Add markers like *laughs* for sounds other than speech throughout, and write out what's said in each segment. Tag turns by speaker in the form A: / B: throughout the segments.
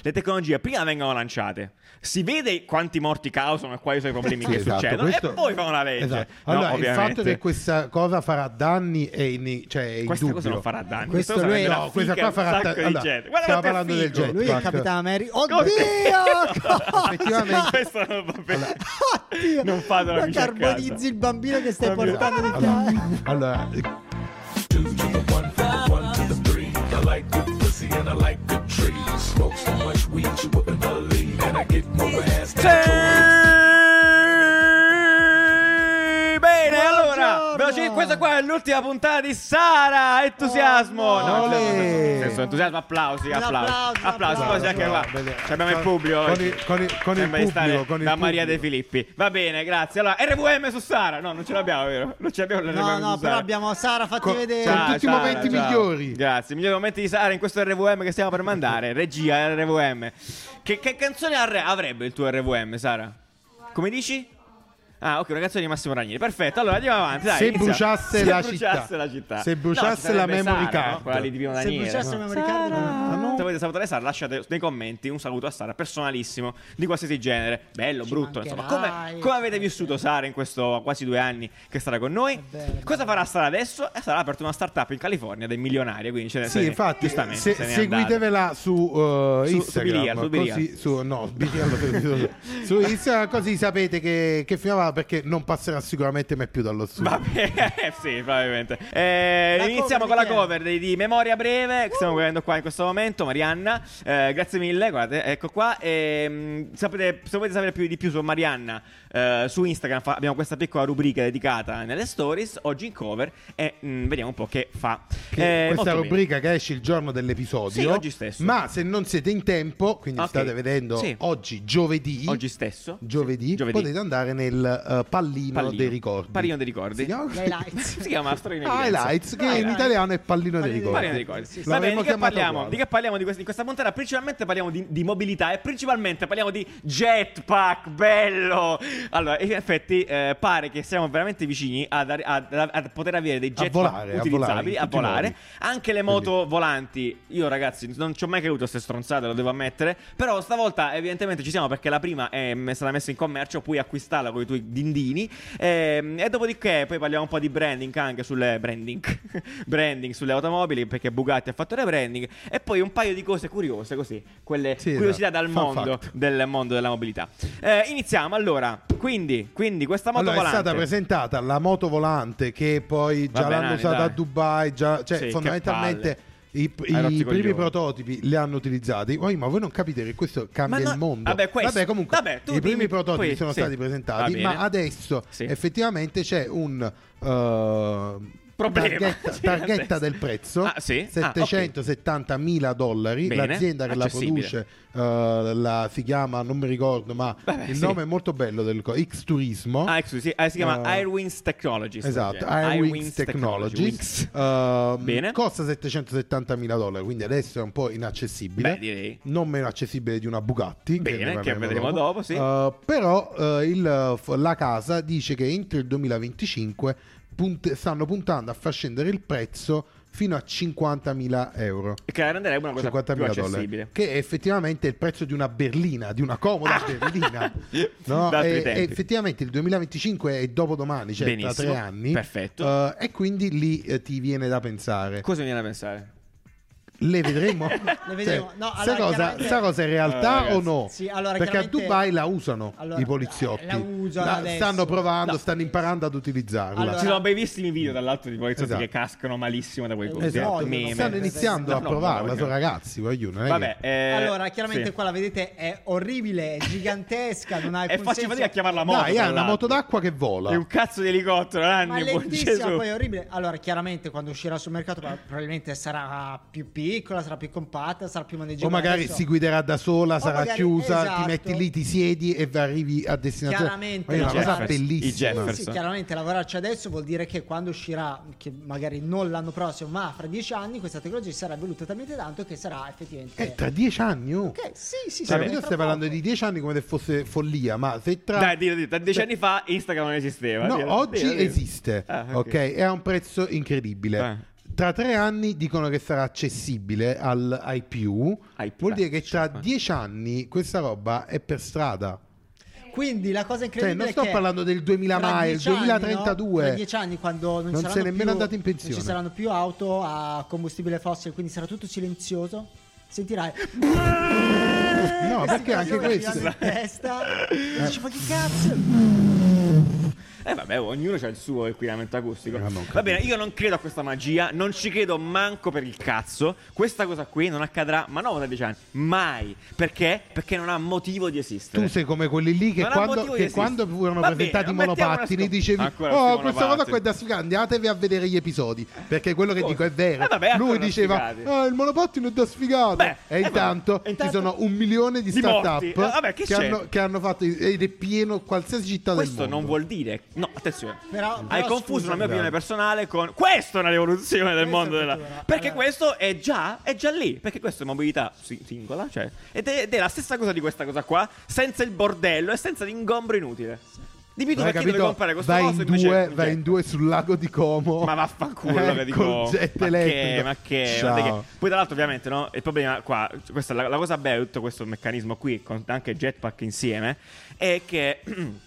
A: le tecnologie prima vengono lanciate, si vede quanti morti causano e quali sono i problemi
B: Sì,
A: che
B: esatto,
A: succedono,
B: questo-
A: e poi fa una legge.
B: Esatto.
A: No,
B: Allora, il
A: ovviamente.
B: fatto che questa cosa farà danni è, in, cioè, è
A: Questa
B: indubbio.
A: cosa non farà danni.
C: Questo
A: questa
C: lui-
A: sarebbe una
B: no,
A: figa
B: questa qua
A: un
B: farà
A: sacco
B: ta-
A: di
B: allora,
A: gente. Guarda quanto
B: stiamo
A: è
B: parlando del
A: figo.
B: jet.
C: Cioè, Lui è il
B: Jetpack.
C: Capitano America.
A: Cos'è? *laughs*
C: Oddio!
B: Effettivamente-
A: Questo non va bene.
C: Oddio!
A: Non fatelo,
C: Ma
A: amici, a casa.
C: carbonizzi il bambino che stai
A: Vabbè.
C: portando di
B: Allora,
C: casa.
B: allora, eh,
D: Two to the one, from the one to the three. I like good pussy and I like good trees. Smoke so much weed you wouldn't believe, and I get more ass than a toy.
A: Sì, Bene, allora,
C: Buongiorno.
A: veloci- questa qua è l'ultima puntata di Sara, entusiasmo.
C: Oh,
A: no,
B: ole.
A: entusiasmo, nel senso, entusiasmo, applausi,
C: Un
A: applausi.
C: applauso,
A: Applausi, poi
C: applauso.
A: c'è anche qua.
B: Bene.
A: Ci abbiamo il pubblico.
B: Con
A: oggi.
B: il- con il- con il
A: Sembra di stare
B: pubblico, con il
A: da Maria De
B: pubblico.
A: Filippi. Va bene, grazie. Allora, RVM su Sara. No, non ce l'abbiamo, vero? Non ce l'abbiamo
C: No,
A: l'RVM
C: no,
A: su
C: però
A: Sara.
C: abbiamo Sara, fatti
B: Co-
C: vedere.
B: Ciao. tutti i momenti migliori.
A: Grazie, i migliori momenti di Sara in questo RVM che stiamo per mandare. Regia RVM. Che, che canzone arre- avrebbe il tuo RVM, Sara? Come dici? Ah, ok, una canzone di Massimo Ranieri. Perfetto, allora andiamo avanti. Dai,
B: Se
A: inizia.
B: bruciasse
A: Se
B: la
A: bruciasse
B: città.
A: la città.
B: Se bruciasse
A: ci
B: la
A: sarebbe
B: memory
A: Sara,
B: card.
A: No? Quella lì di Pino
C: Se
A: Daniele.
C: bruciasse
A: no?
C: il memory card, Ah, no.
A: Se volete salutare Sara, lasciate nei commenti un saluto a Sara personalissimo di qualsiasi genere, bello,
C: Ci
A: brutto. Insomma, come,
C: mancherai.
A: come avete vissuto Sara in questo quasi due anni che è stata con noi?
C: vero, è
A: Cosa farà Sara adesso? Eh, Sara ha aperto una startup in California ed è milionaria. Quindi ce ne- se
B: Sì,
A: ne-
B: infatti,
A: giustamente,
B: se-
A: se n'è andata.
B: seguitevela su, uh,
A: Su- su
B: Instagram.
A: Biliar, su Biliar.
B: così, su, no, Biliar l'ho perdido.
A: *laughs*
B: su Instagram, così sapete che, che film aveva, perché non passerà sicuramente mai più dallo
A: *laughs*
B: studio.
A: Vabbè, eh, sì, probabilmente. Eh,
C: La
A: iniziamo
C: cover
A: con la
C: di chi è?
A: cover di, di Memoria Breve che stiamo guardando qua in questo momento, Marianna. Eh, grazie mille, guardate, ecco qua. Ehm, sapete- se volete sapere più, di più su Marianna, eh, su Instagram fa- abbiamo questa piccola rubrica dedicata nelle stories, oggi in cover, e mm, vediamo un po' che fa.
B: Che
A: Eh,
B: questa
A: molto bene.
B: rubrica che esce il giorno dell'episodio.
A: Sì, oggi stesso.
B: Ma se non siete in tempo, quindi
A: Ok.
B: state vedendo
A: Sì.
B: oggi, giovedì.
A: Oggi stesso.
B: Giovedì,
A: Sì, giovedì.
B: potete andare nel eh, pallino,
A: Pallino.
B: dei ricordi.
A: Pallino dei ricordi.
B: Si chiama? *laughs* Ah,
C: Highlights.
A: *laughs* si chiama Storia in Evidenza.
B: Highlights, che in
A: Highlights.
B: italiano è pallino dei
C: Pallino
B: ricordi.
A: Parliamo di ricordi.
B: Sì, sì.
A: Va bene,
B: L'avremmo
A: di che
B: chiamato
A: parliamo?
B: uguale.
A: Di che parliamo di questi- in questa puntata? Principalmente parliamo di, di mobilità e principalmente parliamo di jetpack, bello! Allora, in effetti eh, pare che siamo veramente vicini ad, ar- ad- ad- ad poter avere dei jetpack
B: volare, a volare,
A: utilizzabili,
B: in
A: a
B: tutti i
A: volare.
B: modi.
A: Anche le moto volanti, io ragazzi non ci ho mai creduto a queste stronzate, lo devo ammettere, però stavolta evidentemente ci siamo perché la prima è m- è stata messa in commercio, puoi acquistarla con i tuoi dindini ehm, e, dopodiché poi parliamo un po' di branding anche sulle branding, *laughs* branding sulle automobili perché Bugatti ha fatto rebranding e poi un paio di cose curiose così, quelle
B: Sì,
A: curiosità
B: esatto.
A: dal
B: Fun
A: mondo,
B: fact.
A: del mondo della mobilità. Eh, iniziamo allora, quindi, quindi questa moto
B: Allora, è
A: volante
B: stata presentata la moto volante che poi già
A: Vabbè,
B: l'hanno
A: Nani,
B: usata
A: dai.
B: a Dubai, già- cioè
A: Sì, che
B: fondamentalmente i, i
A: Hai rotto i coglioni.
B: primi prototipi li hanno utilizzati. Oi, ma voi non capite che questo cambia
A: Ma no-
B: il mondo?
A: vabbè, questo-
B: comunque
A: vabbè, tu
B: i primi
A: dimmi,
B: prototipi
A: poi-
B: sono
A: sì.
B: stati
A: Va
B: presentati,
A: bene.
B: ma adesso
A: Sì.
B: effettivamente c'è un eh,
A: Problema. *laughs*
B: Targhetta,
A: Sì,
B: targhetta
A: adesso.
B: del prezzo
A: Ah, sì? Ah, ok.
B: 770 mila dollari
A: Bene,
B: l'azienda che la
A: accessibile.
B: produce eh, la- si chiama non mi ricordo ma
A: Vabbè,
B: il
A: sì.
B: nome è molto bello del co- X Turismo
A: Ah, ecco, sì, eh, si chiama
B: Eh,
A: Airwings Technologies.
B: Esatto,
A: Cioè,
B: Airwings Technologies.
A: Wings.
B: Ehm,
A: Bene.
B: Costa 770 mila dollari, quindi adesso è un po' inaccessibile.
A: Beh, direi.
B: Non meno accessibile di una Bugatti.
A: Bene,
B: ne
A: che
B: parleremo
A: vedremo dopo, sì.
B: Eh, però eh, il- f- la casa dice che entro il 2025 punt- stanno puntando a far scendere il prezzo fino a 50.000 euro.
A: Che la renderebbe una cosa più
B: 50.000 dollari,
A: accessibile.
B: che è effettivamente il prezzo di una berlina, di una comoda
A: *laughs*
B: berlina. No?
A: Da altri
B: E-
A: tempi.
B: e effettivamente il 2025 è dopodomani, cioè tra
A: Benissimo,
B: tre anni.
A: perfetto.
B: Eh, e quindi lì eh, ti viene da pensare.
A: Cosa mi viene da pensare?
B: Le
C: *laughs*
B: vedremo? Le
C: vedremo. No, allora,
B: cosa,
C: chiaramente-
B: sa cosa è
A: Eh,
B: realtà
A: ragazzi.
B: o no?
C: Sì, allora,
B: Perché a
C: chiaramente-
B: Dubai la usano
C: Allora,
B: i poliziotti.
C: la usano adesso.
B: stanno provando,
C: No.
B: stanno imparando ad utilizzarla.
C: Allora,
A: Ci sono bellissimi video dall'alto di poliziotti
B: Esatto.
A: che cascano malissimo da quei cosi.
B: Esatto,
C: vogliono,
A: meme.
B: stanno iniziando a
A: No, no,
B: provarla,
A: vogliono.
B: sono ragazzi, voglio, non è
A: Vabbè,
B: che-
A: *laughs* eh,
C: allora, chiaramente
A: sì.
C: qua la vedete, è orribile, è gigantesca, non ha
A: *laughs* È
C: alcun
A: facile
C: senso.
A: fatica a chiamarla moto.
B: Dai,
A: tra
B: hai una
A: l'altro.
B: moto d'acqua che vola.
A: È un cazzo di elicottero,
C: Ma
A: Nanni,
C: è
A: buon
C: lentissima,
A: Gesù.
C: poi è orribile. Allora, chiaramente quando uscirà sul mercato pro- probabilmente sarà più piccola, sarà più compatta, sarà più
B: O
C: maneggevole.
B: magari
C: Adesso-
B: si guiderà da sola, sarà
C: magari-
B: chiusa, ti
C: esatto.
B: metti lì, ti siedi e arrivi a destinazione.
C: Chiaramente,
B: è una
C: no,
B: cosa
C: guarda,
A: i
B: bellissima.
A: Jefferson.
C: Sì, chiaramente lavorarci adesso vuol dire che quando uscirà, che magari non l'anno prossimo, ma fra dieci anni, questa tecnologia sarà evoluta talmente tanto che sarà effettivamente.
B: Eh, tra dieci anni, oh.
C: Ok, sì, sì,
B: Cioè,
C: sì.
B: capito, stai parlando di dieci anni come se fosse follia, ma se tra...
A: Dai, dillo, dillo, da dieci anni fa Instagram non esisteva.
B: no,
A: dillo,
B: oggi
A: dillo, dillo.
B: esiste,
A: Ah,
B: ok? È a un prezzo incredibile.
A: Ah.
B: tra tre anni dicono che sarà accessibile al, ai più.
A: Ai
B: Vuol dire che
A: più,
B: tra
A: cioè.
B: dieci anni questa roba è per strada.
C: Quindi la cosa
B: Cioè,
C: incredibile
B: non
C: è
B: sto
C: che
B: parlando del 2000
C: tra
B: mai, il
C: dieci anni,
B: 2032.
C: no? Tra dieci anni quando non,
B: Non
C: saranno
B: sei nemmeno
C: più-
B: andato in pensione.
C: Non ci saranno più auto a combustibile fossile, quindi sarà tutto silenzioso.
B: *laughs*
C: Sentirai "Eh,
B: No,
C: questi
B: perché anche
C: coglioni
B: questo.
C: girano in testa. Dici, ma che cazzo?
A: Eh vabbè, ognuno ha il suo inquinamento acustico.
B: Ah, non capisco.
A: Va bene, io non credo a questa magia, non ci credo manco per il cazzo. Questa cosa qui non accadrà, ma non tra dieci anni, mai. Perché? Perché non ha motivo di esistere.
B: Tu sei come quelli lì che
A: Non ha
B: quando,
A: motivo di
B: che
A: esistere.
B: quando furono
A: Va bene,
B: presentati i
A: mettiamo una
B: monopattini
A: scu-
B: dicevi
A: Ancora
B: Oh
A: sti
B: questa cosa
A: monopattini."
B: qua è da sfigare Andatevi a vedere gli episodi Perché quello che
A: Cosa?
B: dico è vero
A: Eh, vabbè, ancora
B: Lui
A: da
B: diceva
A: sfigati.
B: "Ah, Il monopattino è da sfigato
A: Beh,
B: E
A: eh,
B: intanto
A: vabbè,
B: ci
A: intanto-
B: sono un milione di
A: Di
B: start-up
A: morti. Eh, vabbè, che
B: che,
A: c'è?
B: hanno, che hanno fatto Ed è pieno qualsiasi città
A: Questo
B: del mondo
A: non vuol dire. No, attenzione.
C: Però-
A: Hai
C: però
A: confuso
C: scusa.
A: la mia opinione personale con. Questa è una rivoluzione del
C: Questa
A: mondo
C: è Eh.
A: della.
C: cultura.
A: Perché
C: Allora.
A: questo è già, è già lì. Perché questa è mobilità si- singola. Cioè, ed, è, ed è la stessa cosa di questa cosa qua. Senza il bordello e senza l'ingombro inutile. Dimmi tu
B: Hai
A: perché
B: capito?
A: devi comprare questo
B: vai
A: coso
B: in,
A: invece-
B: due,
A: cioè,
B: vai in due sul lago di Como
A: Ma vaffanculo,
B: *laughs* eh,
A: che dico.
B: Col jet
A: ma che,
B: elettrico
A: ma che,
B: Ciao.
A: guarda che- Poi, tra l'altro, ovviamente, no? Il problema qua, questa, è la, la cosa bella di tutto questo meccanismo qui, con anche jetpack insieme, è che. *clears throat*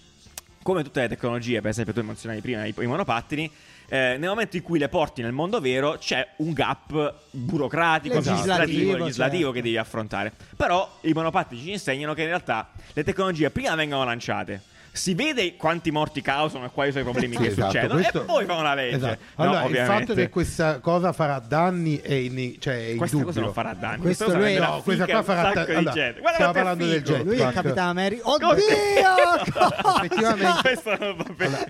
A: Come tutte le tecnologie, per esempio, tu menzionavi prima i, i monopattini. eh, nel momento in cui le porti nel mondo vero c'è un gap burocratico,
C: Legislativo,
A: amministrativo,
C: certo.
A: legislativo che devi affrontare. Però i monopattini ci insegnano che in realtà le tecnologie prima vengono lanciate, si vede quanti morti causano e quali sono i problemi
B: Sì,
A: che
B: esatto,
A: succedono
B: questo-
A: e poi fanno la legge.
B: Esatto.
A: No,
B: Allora, il
A: ovviamente.
B: fatto
A: *laughs*
B: che questa cosa farà danni è, in, cioè, è
A: questa
B: indubbio.
A: cosa non farà danni.
C: Questo
A: Questa
C: lui-
A: sarebbe
B: no,
A: la
B: questa
A: figa
B: qua
A: un
B: farà
A: sacco
B: ta-
A: di
B: allora,
A: gente. Guarda quanto
B: stiamo
A: è
B: parlando del
A: figo.
B: jet.
C: Lui è il
B: Ecco.
C: capitano America.
A: Cosa? *laughs*
B: *laughs*
C: Oddio!
B: Effettivamente-
A: Questo non va bene.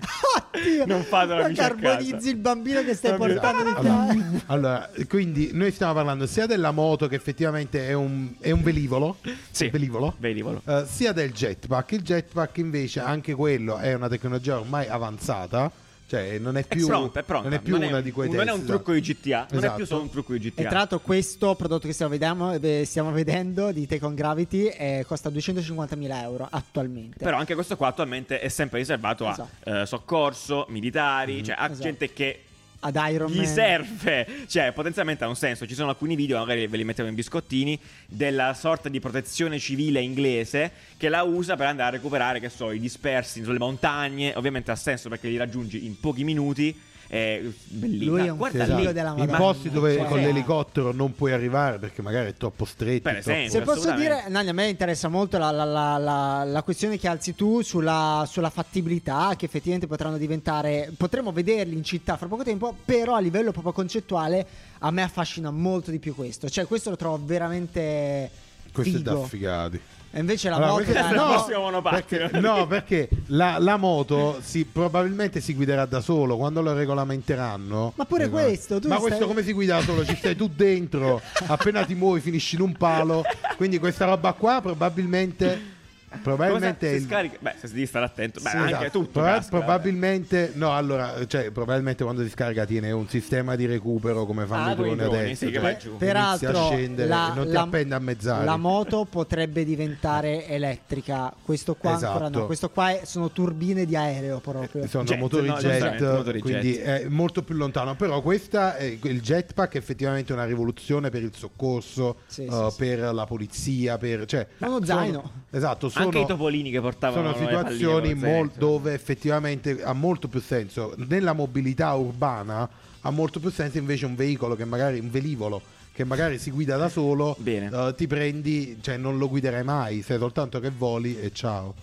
C: Oddio!
A: Non fatelo,
C: Ma
A: amici, a
C: Carbonizzi
A: casa.
C: il bambino che stai
B: Esatto.
C: portando in
B: allora,
C: Italia.
B: allora, quindi noi stiamo parlando sia della moto che effettivamente è un, è un velivolo,
A: Sì.
B: velivolo.
A: Velivolo.
B: Eh, sia del jetpack. Il jetpack invece anche quello è una tecnologia ormai avanzata, cioè non è
A: È
B: più,
A: pronto, è pronto.
B: Non è più
A: Non è
B: una
A: un-
B: di quei
A: non è
B: test,
A: un trucco di GTA, non è più
B: Esatto.
A: solo un trucco di
C: E
A: GTA.
C: tra l'altro questo prodotto che stiamo vedendo, eh, stiamo vedendo di Take on Gravity eh, costa 250.000 euro attualmente.
A: Però anche questo qua attualmente è sempre riservato a
C: Esatto.
A: eh, soccorso,
B: Mm-hmm.
A: militari, cioè a
C: Esatto.
A: gente che
C: Ad Iron
A: gli
C: Man.
A: serve. Cioè, potenzialmente ha un senso. Ci sono alcuni video, magari ve li mettevo in biscottini, della sorta di protezione civile inglese che la usa per andare a recuperare, che so, i dispersi sulle montagne. Ovviamente ha senso perché li raggiungi in pochi minuti. È bellina.
C: Lui è un
A: Guarda
B: figlio
A: lì,
B: Esatto. In
C: della
A: l'immagine-
C: Madonna.
B: posti dove
C: Cioè-
B: con l'elicottero non puoi arrivare perché magari è troppo stretto.
A: Per esempio.
C: Se posso
A: assolutamente.
C: dire, Nani, a me interessa molto la, la- la- la- la questione che alzi tu sulla, sulla fattibilità, che effettivamente potranno diventare, potremo vederli in città fra poco tempo, però a livello proprio concettuale a me affascina molto di più questo. Cioè questo lo trovo veramente...
B: Questo è da
C: figo.
B: figati.
C: E invece la
B: Allora,
C: moto...
B: questa
A: è il
C: no,
A: prossimo monopattino.
B: Perché, no, perché la, la moto si, probabilmente si guiderà da solo quando lo regolamenteranno.
C: Ma pure
B: regolament-
C: questo, tu
B: Ma
C: stai-
B: questo come si guida da solo? Ci stai tu dentro, appena ti muovi finisci in un palo. Quindi questa roba qua probabilmente. Probabilmente
A: Cosa
B: è
A: si
B: il-
A: scarica? Beh, se devi stare attento, beh,
B: Sì,
A: anche
B: esatto.
A: tutto.
B: Proba-
A: casca, eh.
B: probabilmente, no, allora, cioè, probabilmente quando si scarica tiene un sistema di recupero come fanno
A: Ah,
B: i
A: con i
B: droni
A: droni,
B: adesso.
A: sì, che
B: cioè,
A: va giù.
B: inizi
C: Peraltro,
B: a scendere,
C: la,
B: non ti
C: la-
B: appende a mezz'aria.
C: la moto potrebbe diventare elettrica. Questo qua ancora
B: Esatto. Eh,
C: no. Questo qua è- sono turbine di aereo proprio.
B: sono
A: Jet,
B: motori
A: no,
B: jet,
A: giustamente, motori
B: quindi
A: jet.
B: è molto più lontano. Però questa è- il jetpack è effettivamente una rivoluzione per il soccorso,
C: Sì,
B: eh,
C: sì, sì.
B: per la polizia, per cioè,
C: Ma uno
B: sono-
C: zaino.
B: Esatto, sono,
A: Anche i topolini che portavano
B: sono
A: le palline
B: situazioni
A: con le
B: mol-
A: zenzero.
B: dove effettivamente ha molto più senso nella mobilità urbana ha molto più senso invece un veicolo che magari un velivolo che magari si guida da solo,
A: Bene.
B: eh, ti prendi, cioè non lo guiderai mai, sei soltanto che voli e ciao.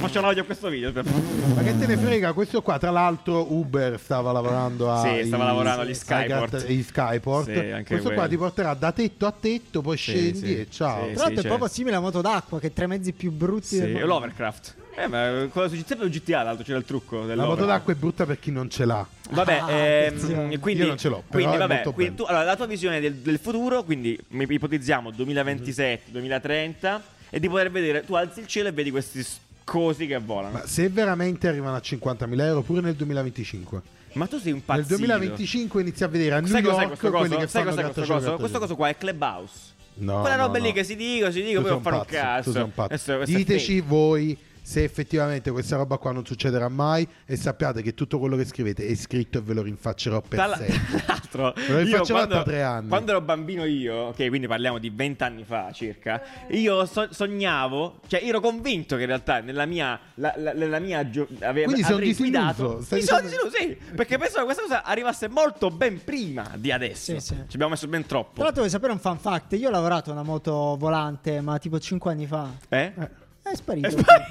A: Faccio un audio a questo video. per-
B: Ma che te ne frega, questo qua tra l'altro Uber stava lavorando a
A: Sì, stava
B: ai-
A: lavorando agli
B: ai
A: Skyport.
B: gat- agli Skyport.
A: Sì, anche
B: questo qua
A: quello.
B: ti porterà da tetto a tetto, poi
A: Sì,
B: scendi
A: sì,
B: e ciao.
A: sì.
C: Tra l'altro è
A: certo.
C: proprio simile alla moto d'acqua, che è tra i mezzi più brutti
A: Sì,
C: del
A: e
C: mondo.
A: l'Overcraft. Eh, ma cosa succede? Sempre un GTA, l'altro c'era il trucco
B: La moto
A: dell'Overcraft.
B: d'acqua è brutta per chi non ce l'ha.
A: Vabbè,
C: Ah,
A: ehm,
C: attenzione.
A: quindi,
B: Io non ce l'ho, però
A: quindi
B: è
A: vabbè,
B: molto
A: quindi
B: bello.
A: tu- allora, la tua visione del, del futuro, quindi mi- ipotizziamo 2027-2030 e di poter vedere, tu alzi il cielo e vedi questi scosi che volano. Ma,
B: Ma se veramente arrivano a 50.000 euro pure nel 2025.
A: tu sei un pazzito.
B: Nel 2025 inizi a vedere a New
A: Sai cos'è
B: York
A: questo
B: quelli
A: coso?
B: che
A: Sai
B: fanno
A: cos'è questo coso?
B: grattacielo,
A: Questo
B: grattacielo.
A: coso qua è Clubhouse.
B: No,
A: Quella
B: no,
A: roba lì
B: no.
A: che si dico, si dico, poi
B: Tu sei
A: non
B: un
A: fare un
B: pazzo, tu sei
A: cazzo.
B: un pazzo.
A: Adesso- questo è
B: Diteci
A: fake.
B: voi se effettivamente questa roba qua non succederà mai e sappiate che tutto quello che scrivete è scritto e ve lo rinfaccerò per
A: Tra
B: sempre.
A: *laughs* l'altro,
B: Me lo
A: io
B: facevate
A: quando,
B: a tre anni.
A: quando ero bambino io, ok, quindi parliamo di vent'anni fa circa,
C: Eh.
A: io so- sognavo, cioè ero convinto che in realtà nella mia, la, la- nella mia gio- ave-
B: Quindi sei un
A: avrei guidato-
B: disilluso, stai diciamo-
A: Mi sono
B: dicendo-
A: disilluso, sì, perché pensavo che questa cosa arrivasse molto ben prima di adesso.
C: Sì, sì.
A: Ci abbiamo messo ben
C: Tra
A: troppo.
C: l'altro, vuoi sapere un fan fact? Io ho lavorato a una moto volante, ma tipo 5 anni fa.
A: Eh?
C: È sparito.
A: È sparito.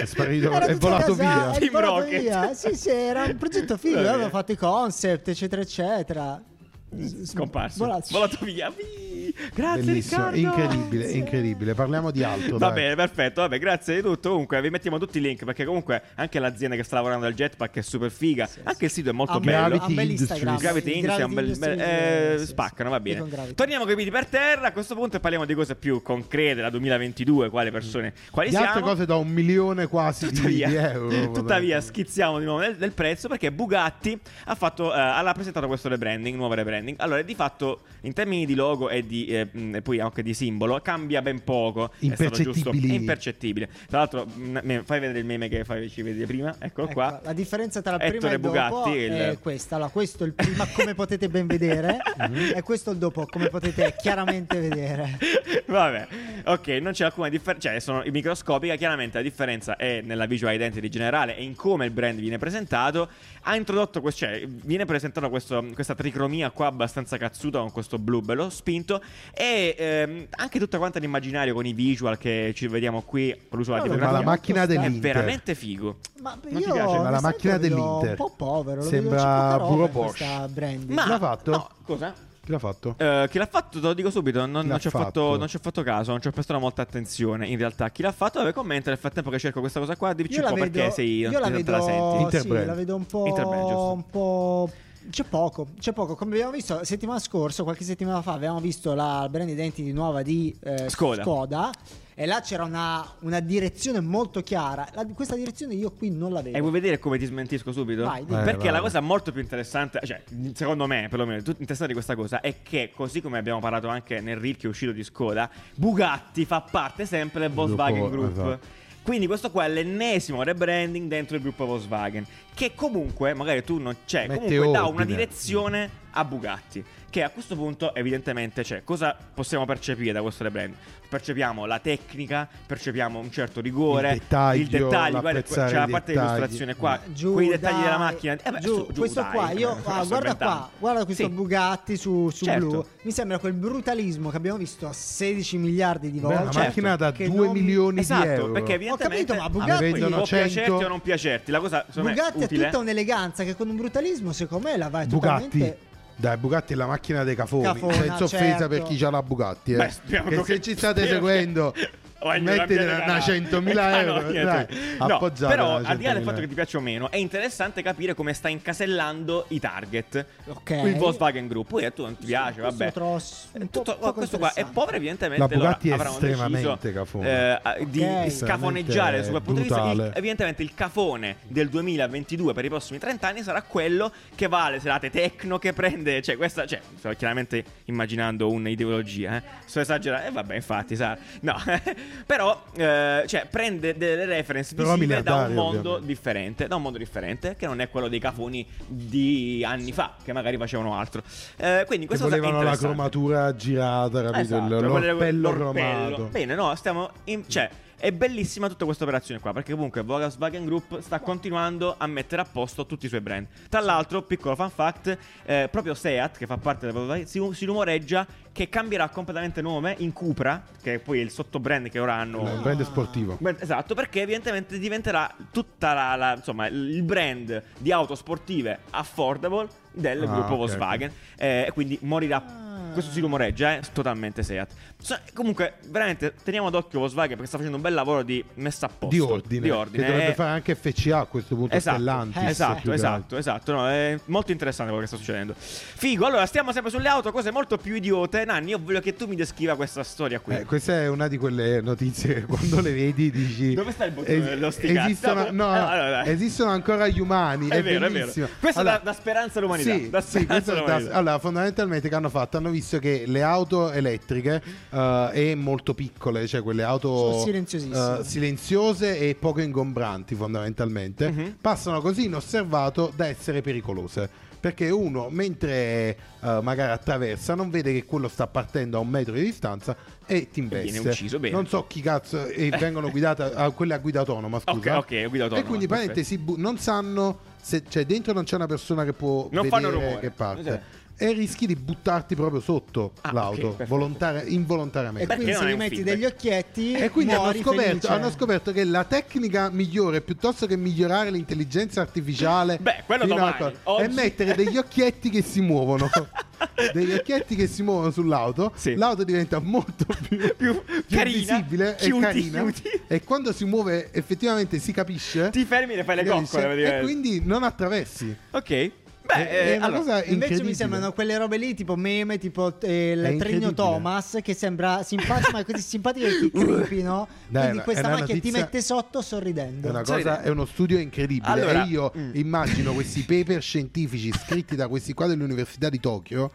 B: È sparito,
C: Era
B: è
C: tutto
B: volato
C: casato,
B: via.
C: è
A: Team
C: volato
A: Rocket.
C: via. Sì, sì, era un progetto
A: *laughs*
C: figo.
A: Va
C: io
A: bene.
C: Avevo fatto i concept, eccetera, eccetera. S- s-
A: *laughs* Scomparso.
C: volato.
A: Volato via. Vii. Grazie
B: Bellissimo,
A: Riccardo.
B: incredibile, incredibile. Parliamo di altro.
A: Va
B: dai.
A: bene, perfetto. Vabbè, grazie di tutto. Comunque, vi mettiamo tutti i link perché comunque anche l'azienda che sta lavorando al jetpack è super figa. anche il sito è molto
C: Ha un
A: bello.
C: bel- ha
B: Gravity
C: un bel
B: Industries.
C: Instagram.
A: Gravity
C: Il
A: Industries è un bel,
C: Ah, Industries,
A: bel- eh,
C: sì, sì.
A: spacca, no? va
C: Io con
A: bene.
C: Gravity.
A: Torniamo con i piedi per terra. A questo punto parliamo di cose più concrete, la 2022,
C: Mm.
A: quale persone, quali
B: Di
A: siamo.
B: altre cose da un milione quasi di- di euro.
A: *laughs*
B: vabbè.
A: tuttavia, schizziamo di nuovo nel, nel prezzo perché Bugatti ha, fatto, eh, ha presentato questo rebranding, nuovo rebranding. Allora, di fatto, in termini di logo e, di, eh, mh, e poi anche di simbolo, cambia ben poco. È stato giusto-
B: Impercettibili.
A: è impercettibile. Tra l'altro, mh, me- fai vedere il meme che fai- ci vedi prima. Eccolo
C: Ecco,
A: qua.
C: La differenza tra prima
A: Ettore
C: e dopo
A: Bugatti,
C: è
A: il-
C: questa. Allora, questo è il prima,
A: *laughs*
C: come potete ben vedere,
A: Mhm.
C: e questo è il dopo, come potete chiaramente vedere.
A: Vabbè, ok, non c'è alcuna differenza, cioè sono microscopica, chiaramente la differenza è nella visual identity generale e in come il brand viene presentato. Ha introdotto questo, cioè viene presentata questo- questa tricromia qua abbastanza cazzuta con questo blu bello spinto e ehm, anche tutta quanta l'immaginario con i visual che ci vediamo qui con l'uso della
C: Allora,
B: Ma la
A: tipografia.
B: macchina
C: È
A: è
B: dell'Inter.
A: veramente figo.
C: Ma
A: Non ti
C: io,
A: piace? Ma la
B: Ma la
C: onestamente,
B: macchina
C: lo vedo
B: dell'Inter.
C: Un po' povero, lo vedo
B: Sembra
C: c'è poca roba
B: puro
C: in
B: Bosch.
C: questa branding.
A: Ma-
B: Chi l'ha fatto?
A: no, cosa?
B: Chi l'ha fatto?
A: Eh, chi l'ha fatto, te lo dico subito, non,
B: Chi
A: non
B: l'ha
A: ci ho fatto,
B: fatto?
A: non ci ho fatto caso, non ci ho prestato molta attenzione in realtà. Chi l'ha fatto, vabbè, commenta nel frattempo che cerco questa cosa qua, dici
C: Io
A: un
C: la
A: po'
C: vedo,
A: perché sei,
C: io
A: non,
C: la
A: non te
C: vedo,
A: la senti.
B: Interbrand.
C: sì, la vedo un po',
A: Interbrand, giusto.
C: un po'- c'è poco, c'è poco. Come abbiamo visto settimana scorsa, qualche settimana fa, avevamo visto la brand identity nuova di eh,
A: Skoda.
C: e là c'era una, una direzione molto chiara. La- questa direzione io qui non la
A: E
C: vedo.
A: vuoi vedere come ti smentisco subito?
C: Vai,
B: Eh,
A: Perché
B: vai.
A: la cosa molto più interessante, cioè, secondo me, perlomeno, tut- interessante di questa cosa è che, così come abbiamo parlato anche nel reel che è uscito di Skoda, Bugatti fa parte sempre del Volkswagen
B: gruppo,
A: Group.
B: esatto.
A: Quindi questo qua è l'ennesimo rebranding dentro il gruppo Volkswagen, che comunque, magari tu non c'è,
B: Mette
A: comunque dà una
B: ordine.
A: direzione a Bugatti, che a questo punto evidentemente c'è. Cosa possiamo percepire da questo rebranding? Percepiamo la tecnica, percepiamo un certo rigore,
B: Il dettaglio,
A: il dettaglio, guarda, c'è la
B: l'apprezzare i
A: parte di
B: dettagli.
A: illustrazione qua,
C: Mm. Giù,
A: quei dettagli
C: dai.
A: della macchina. Eh beh,
C: Giù,
A: su, giù,
C: questo
A: dai,
C: qua, io,
A: eh,
C: ah,
A: sto
C: guarda
A: inventando.
C: qua, guarda questo
A: Sì.
C: Bugatti su, su
A: Certo.
C: blu. Mi sembra quel brutalismo che abbiamo visto 16 miliardi di
B: Beh,
C: volte.
B: una
A: certo,
B: macchina da
C: che
B: 2
C: non-
B: milioni di
A: Esatto,
B: euro.
A: perché
C: Ho
A: evidentemente
C: capito, ma
A: a
C: Bugatti-
A: me
B: Vendono
A: può
B: 100.
A: piacerti o non piacerti. La cosa secondo me,
C: Bugatti ha
A: utile.
C: tutta un'eleganza che con un brutalismo secondo me la vai
B: Bugatti.
C: totalmente
B: Dai, Bugatti è la macchina dei cafoni.
C: Cafona,
B: Senza offesa
C: certo.
B: per chi già la Bugatti. eh.
C: *laughs*
A: Beh, speriamo
B: che se
A: che-
B: ci state
A: spero che- *laughs*
B: seguendo,
A: O è
B: mettete
A: nella
B: una,
A: mia *laughs*
B: 100.000
A: canale. Ah,
B: euro.
A: No, niente.
B: dai,
A: No,
B: appoggiate
A: però
B: la
A: al di là del
B: 100.000.
A: fatto che ti piaccia o meno, è interessante capire come sta incasellando i target.
C: Ok.
A: Il Volkswagen Group, poi a tu non ti piace,
C: Questo
A: vabbè. Eh,
C: tros- un po'
A: Tutto-
C: poco
A: questo qua è
C: interessante.
A: povero evidentemente
B: La
A: loro
B: Bugatti è
A: avranno
B: estremamente
A: deciso,
B: cafona.
A: eh, a- di
C: Ok.
A: scafoneggiare su quel punto di vista
B: Brutale.
A: Il- evidentemente il cafone del 2022 per i prossimi 30 anni sarà quello che va alle serate tecno che prende cioè questa cioè sto chiaramente immaginando un'ideologia eh. sto esagerando e vabbè infatti sa no *laughs* però eh, cioè prende delle reference
B: Però
A: visive da un
B: miliardario,
A: mondo
B: ovviamente.
A: differente da un mondo differente che non è quello dei cafoni di anni fa che magari facevano altro Eh, quindi
B: Che
A: questa cosa è
B: volevano la
A: interessante.
B: cromatura girata, capito?
A: Esatto,
B: Il-
A: quello-
B: l'orpello
A: l'orpello.
B: cromato.
A: Bene, no, stiamo in- cioè è bellissima tutta questa operazione qua, perché comunque Volkswagen Group sta continuando a mettere a posto tutti i suoi brand. Tra l'altro, piccolo fun fact, eh, proprio Seat, che fa parte della Volkswagen, si, si rumoreggia che cambierà completamente nome in Cupra, che è poi il sottobrand che ora hanno
B: Il brand sportivo.
A: Beh, Esatto, perché evidentemente diventerà tutta la, la- insomma, il brand di auto sportive affordable del
B: Ah,
A: gruppo
B: ok,
A: Volkswagen. Eh, E quindi morirà.
C: Ah.
A: Questo si rumoreggia, eh? totalmente Seat. So- comunque, veramente, teniamo d'occhio Volkswagen perché sta facendo un bel lavoro di messa a posto.
B: Di ordine,
A: Di ordine.
B: che dovrebbe
A: eh.
B: fare anche FCA a questo punto
A: Esatto,
B: Stellantis, più
A: esatto,
B: che
A: esatto, esatto. No, è molto interessante quello che sta succedendo. Figo, allora stiamo sempre sulle auto, cose molto più idiote. Nanni, io voglio che tu mi descriva questa storia qui.
B: Eh, questa è una di quelle notizie *laughs* che quando le vedi dici
A: Dove sta il bottone dello sti cazzo?
B: esistono, no,
A: Eh, allora, dai.
B: esistono ancora gli umani.
A: È
B: È,
A: vero, è
B: bellissimo.
A: vero. Questo
B: Allora,
A: da- da speranza all'umanità,
B: Sì,
A: da
B: sì, questo
A: speranza
B: da-
A: all'umanità.
B: allora, fondamentalmente che hanno fatto? Hanno visto che le auto elettriche eh, e molto piccole, cioè quelle auto
C: Sono silenziosissime.
B: eh, silenziose e poco ingombranti fondamentalmente,
A: Mhm.
B: passano così inosservato da essere pericolose. Perché uno, mentre eh, magari attraversa, non vede che quello sta partendo a un metro di distanza e ti investe.
A: viene ucciso, bene.
B: Non so chi cazzo, e vengono guidate a quelle a guida autonoma, scusa.
A: Ok, ok, guida autonoma,
B: E quindi praticamente si bu- non sanno se cioè, dentro non c'è una persona che può
A: Non
B: vedere
A: fanno rumore.
B: che
A: Cioè.
B: parte. E rischi di buttarti proprio sotto
A: Ah,
B: l'auto,
A: ok, perfetto.
B: volontari-
C: E
B: involontariamente.
A: Perché
C: quindi
A: non
C: se
A: è
C: gli
A: un
C: metti
A: feedback?
C: degli occhietti
B: E quindi hanno
C: muori
B: scoperto,
C: felice.
B: hanno scoperto che la tecnica migliore piuttosto che migliorare l'intelligenza artificiale
A: Beh, quello
B: fino
A: domani,
B: alla-
A: oggi.
B: è mettere degli occhietti che
A: *laughs*
B: si muovono. degli occhietti che si muovono sull'auto,
A: Sì.
B: l'auto diventa molto più,
A: Più carina,
B: visibile
A: chiudi,
B: e carina.
A: chiudi.
B: E quando si muove effettivamente si capisce.
A: Ti fermi e ne fai le
B: capisce,
A: coccole.
B: E
A: praticamente.
B: quindi non attraversi.
A: Ok. Beh,
B: È-
A: eh,
B: è una
A: allora,
B: cosa
C: Invece mi
B: incredibile.
C: sembrano quelle robe lì, tipo meme, tipo eh,
B: È
C: il
B: incredibile.
C: Trigno Thomas, che sembra simpatico, ma è così simpatico che
B: *laughs*
C: ti creepy, no?
B: Dai, ma-
C: Quindi
B: è
C: questa
B: una
C: macchina ti
B: notizia-
C: mette sotto
B: È,
C: sorridendo.
B: una
A: Sai
B: cosa,
A: dire-
B: è uno studio incredibile.
A: Allora,
B: e io
A: mm.
B: immagino questi paper scientifici scritti da questi qua dell'Università di Tokyo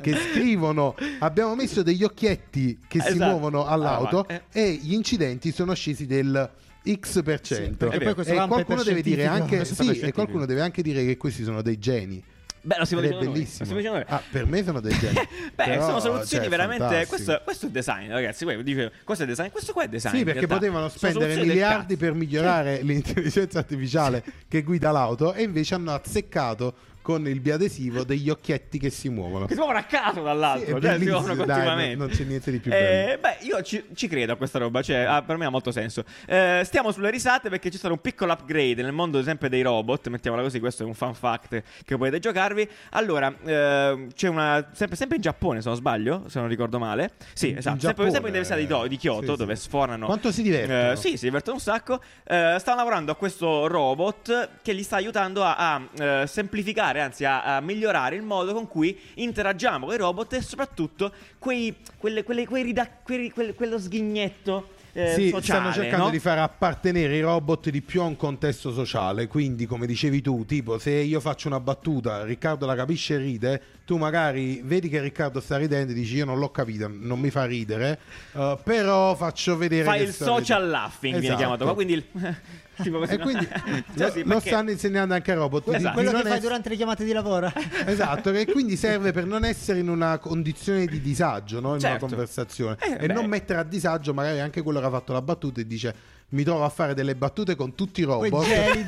B: che scrivono: Abbiamo messo degli occhietti che si
A: Esatto.
B: muovono all'auto
A: Ah, va.
B: e gli incidenti sono scesi del. X%. per cento.
A: perché poi
C: questo qua
B: e
C: è un paper
B: qualcuno deve dire
C: scientifico.
B: anche
A: Questo è un
B: sì,
A: paper
B: e qualcuno
A: scientifico.
B: deve anche dire che questi sono dei geni.
A: Beh, lo stiamo
B: Ed è
A: dicendo noi, lo
B: bellissimo.
A: stiamo dicendo noi.
B: Ah, per me sono dei geni.
A: *laughs* Beh,
B: Però,
A: sono soluzioni
B: cioè,
A: veramente.
B: fantastico.
A: Questo, questo è design, ragazzi. Voi dice, questo è design, questo qua è design.
B: Sì,
A: Cioè, in
B: perché
A: realtà.
B: potevano
A: Sono
B: spendere
A: soluzioni del
B: miliardi
A: cazzo.
B: per migliorare l'intelligenza artificiale che guida l'auto e invece hanno azzeccato con il biadesivo degli occhietti che si muovono.
A: Che si muovono a caso
B: Sì,
A: dall'altro,
B: è
A: cioè si
B: bellissimo,
A: muovono
B: dai,
A: continuamente.
B: non- non c'è niente di più
A: Eh, beh, io ci, ci credo a questa roba, cioè, ah, per me ha molto senso. Eh, stiamo sulle risate perché c'è stato un piccolo upgrade nel mondo, ad esempio, dei robot. Mettiamola così, questo è un fun fact che potete giocarvi. Allora, ehm, c'è una. Sempre, sempre in Giappone, se non sbaglio, se non ricordo male. Sì,
B: In
A: esatto. sempre,
B: Giappone,
A: sempre università di, Do- di Kyoto,
B: sì, sì.
A: dove sfornano.
B: Quanto si divertono?
A: Eh, sì, si divertono un sacco. Eh, stanno lavorando a questo robot che gli sta aiutando a, a, eh, semplificare, anzi a, a migliorare il modo con cui interagiamo con i robot e soprattutto quei, quelle- quelle- quei rida- quei- quel- quello sghignetto eh,
B: Sì,
A: sociale.
B: stanno cercando
A: no?
B: di far appartenere i robot di più a un contesto sociale, quindi come dicevi tu, tipo se io faccio una battuta, Riccardo la capisce e ride, tu magari vedi che Riccardo sta ridendo e dici io non l'ho capita, non mi fa ridere, eh, però faccio vedere...
A: Fai
B: che
A: il
B: sto
A: social
B: ridendo."
A: laughing, viene
B: Esatto.
A: chiamato qua. Quindi
B: *laughs*
A: il- tipo così,
B: E
A: no?
B: quindi
A: *laughs* Cioè,
B: lo,
A: sì,
B: lo
A: perché- *laughs*
B: stanno insegnando anche ai robot. di-
A: Esatto.
B: di
C: Quello che
B: non
C: fai
B: ess-
C: durante le chiamate
A: *laughs*
C: di lavoro.
B: Esatto, che quindi serve per non essere in una condizione di disagio no? in
A: Certo.
B: una conversazione
A: Eh,
B: e
A: beh.
B: non mettere a disagio magari anche quello che ha fatto la battuta e dice mi trovo a fare delle battute con tutti i
C: gelido.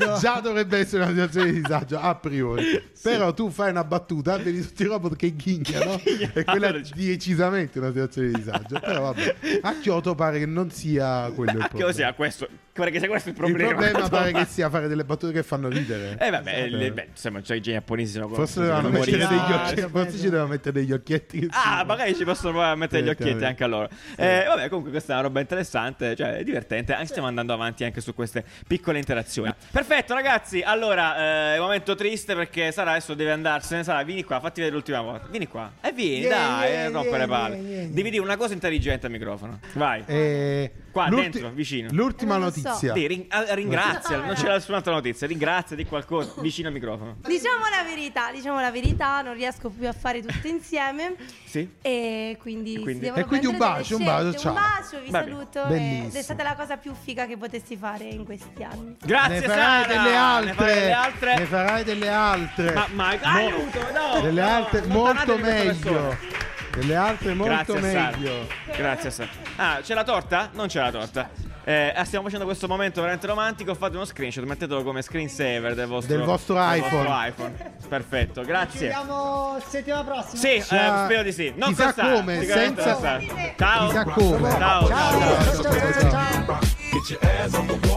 B: robot. *laughs* Già dovrebbe essere una situazione di disagio a priori. Però tu fai una battuta, vedi tutti i robot che ghignano e quella è
A: Ah, dici.
B: decisamente una situazione di disagio. Però vabbè, a Kyoto pare che non sia quello il
A: Ah, che
B: problema.
A: ossia, questo, pare che sia questo il
B: Il
A: problema. *laughs*
B: problema pare
A: insomma.
B: che sia fare delle battute che fanno ridere.
A: Eh vabbè,
B: Sì.
A: le- beh, insomma, cioè, i giapponesi sono
B: Forse
A: sono
B: dovevano
A: umoristi.
B: mettere
C: morire.
B: degli
C: Ah,
B: occhietti.
C: sì,
B: Forse
C: sì.
B: ci dovevano mettere degli occhietti. che
A: Ah,
B: si-
A: magari ci possono provare a mettere gli occhietti
B: Direttamente.
A: anche a loro. Eh, vabbè, comunque questa è una roba interessante, cioè è divertente. Anche stiamo andando avanti anche su queste piccole interazioni. Perfetto, ragazzi. Allora, eh, è un momento triste perché Sara adesso deve andarsene. Sara, vieni qua, fatti vedere l'ultima volta. Vieni qua. E vieni,
C: Vieni,
A: dai,
C: vieni,
A: non rompere le
C: vieni,
A: palle.
C: vieni.
A: Devi dire una cosa intelligente al microfono. Vai.
B: Eh,
A: Qua,
B: l'ulti-
A: dentro, vicino.
B: L'ultima
E: Eh, non lo so.
B: notizia.
A: Dì, rin- ah, ringrazia,
E: No,
A: non
E: no.
A: c'è nessun'altra notizia. Ringrazia di qualcosa vicino al microfono.
E: Diciamo la verità, diciamo la verità, non riesco più a fare tutto insieme.
A: Sì?
E: E quindi,
A: E quindi?
E: si devono
B: E quindi un
E: prendere
B: bacio,
E: delle
B: un bacio,
E: scelte.
B: ciao.
E: Un bacio, vi
A: Va bene.
E: saluto.
B: Bellissimo.
E: Ed è stata la cosa più figa che potessi fare in questi anni.
A: Grazie,
B: ne farai
A: Sara.
B: delle
A: Ne
B: altre.
A: farai delle altre.
B: Ne farai delle altre.
A: Ma, ma aiuto, no!
B: delle
A: no,
B: altre molto
A: allontanatemi da questa
B: meglio.
A: persona.
B: Delle altre molto
A: Grazie a Sara.
B: meglio.
A: Grazie a Sara. Ah, c'è la torta? Non c'è la torta. Eh, ah, stiamo facendo questo momento veramente romantico. Fate uno screenshot, mettetelo come screensaver del vostro,
B: Del vostro
A: vostro
B: iPhone.
A: iPhone. Perfetto, grazie.
C: vediamo settimana prossima.
A: Sì, eh,
B: Ciao.
A: spero di sì. Non
B: Chissà
A: con Sara,
B: come,
A: sicuramente
B: senza-
A: con Sara. Ciao.
B: Chissà come.
A: Ciao.
C: ciao, ciao, ciao, ciao, ciao.
D: Get your ass on the wall.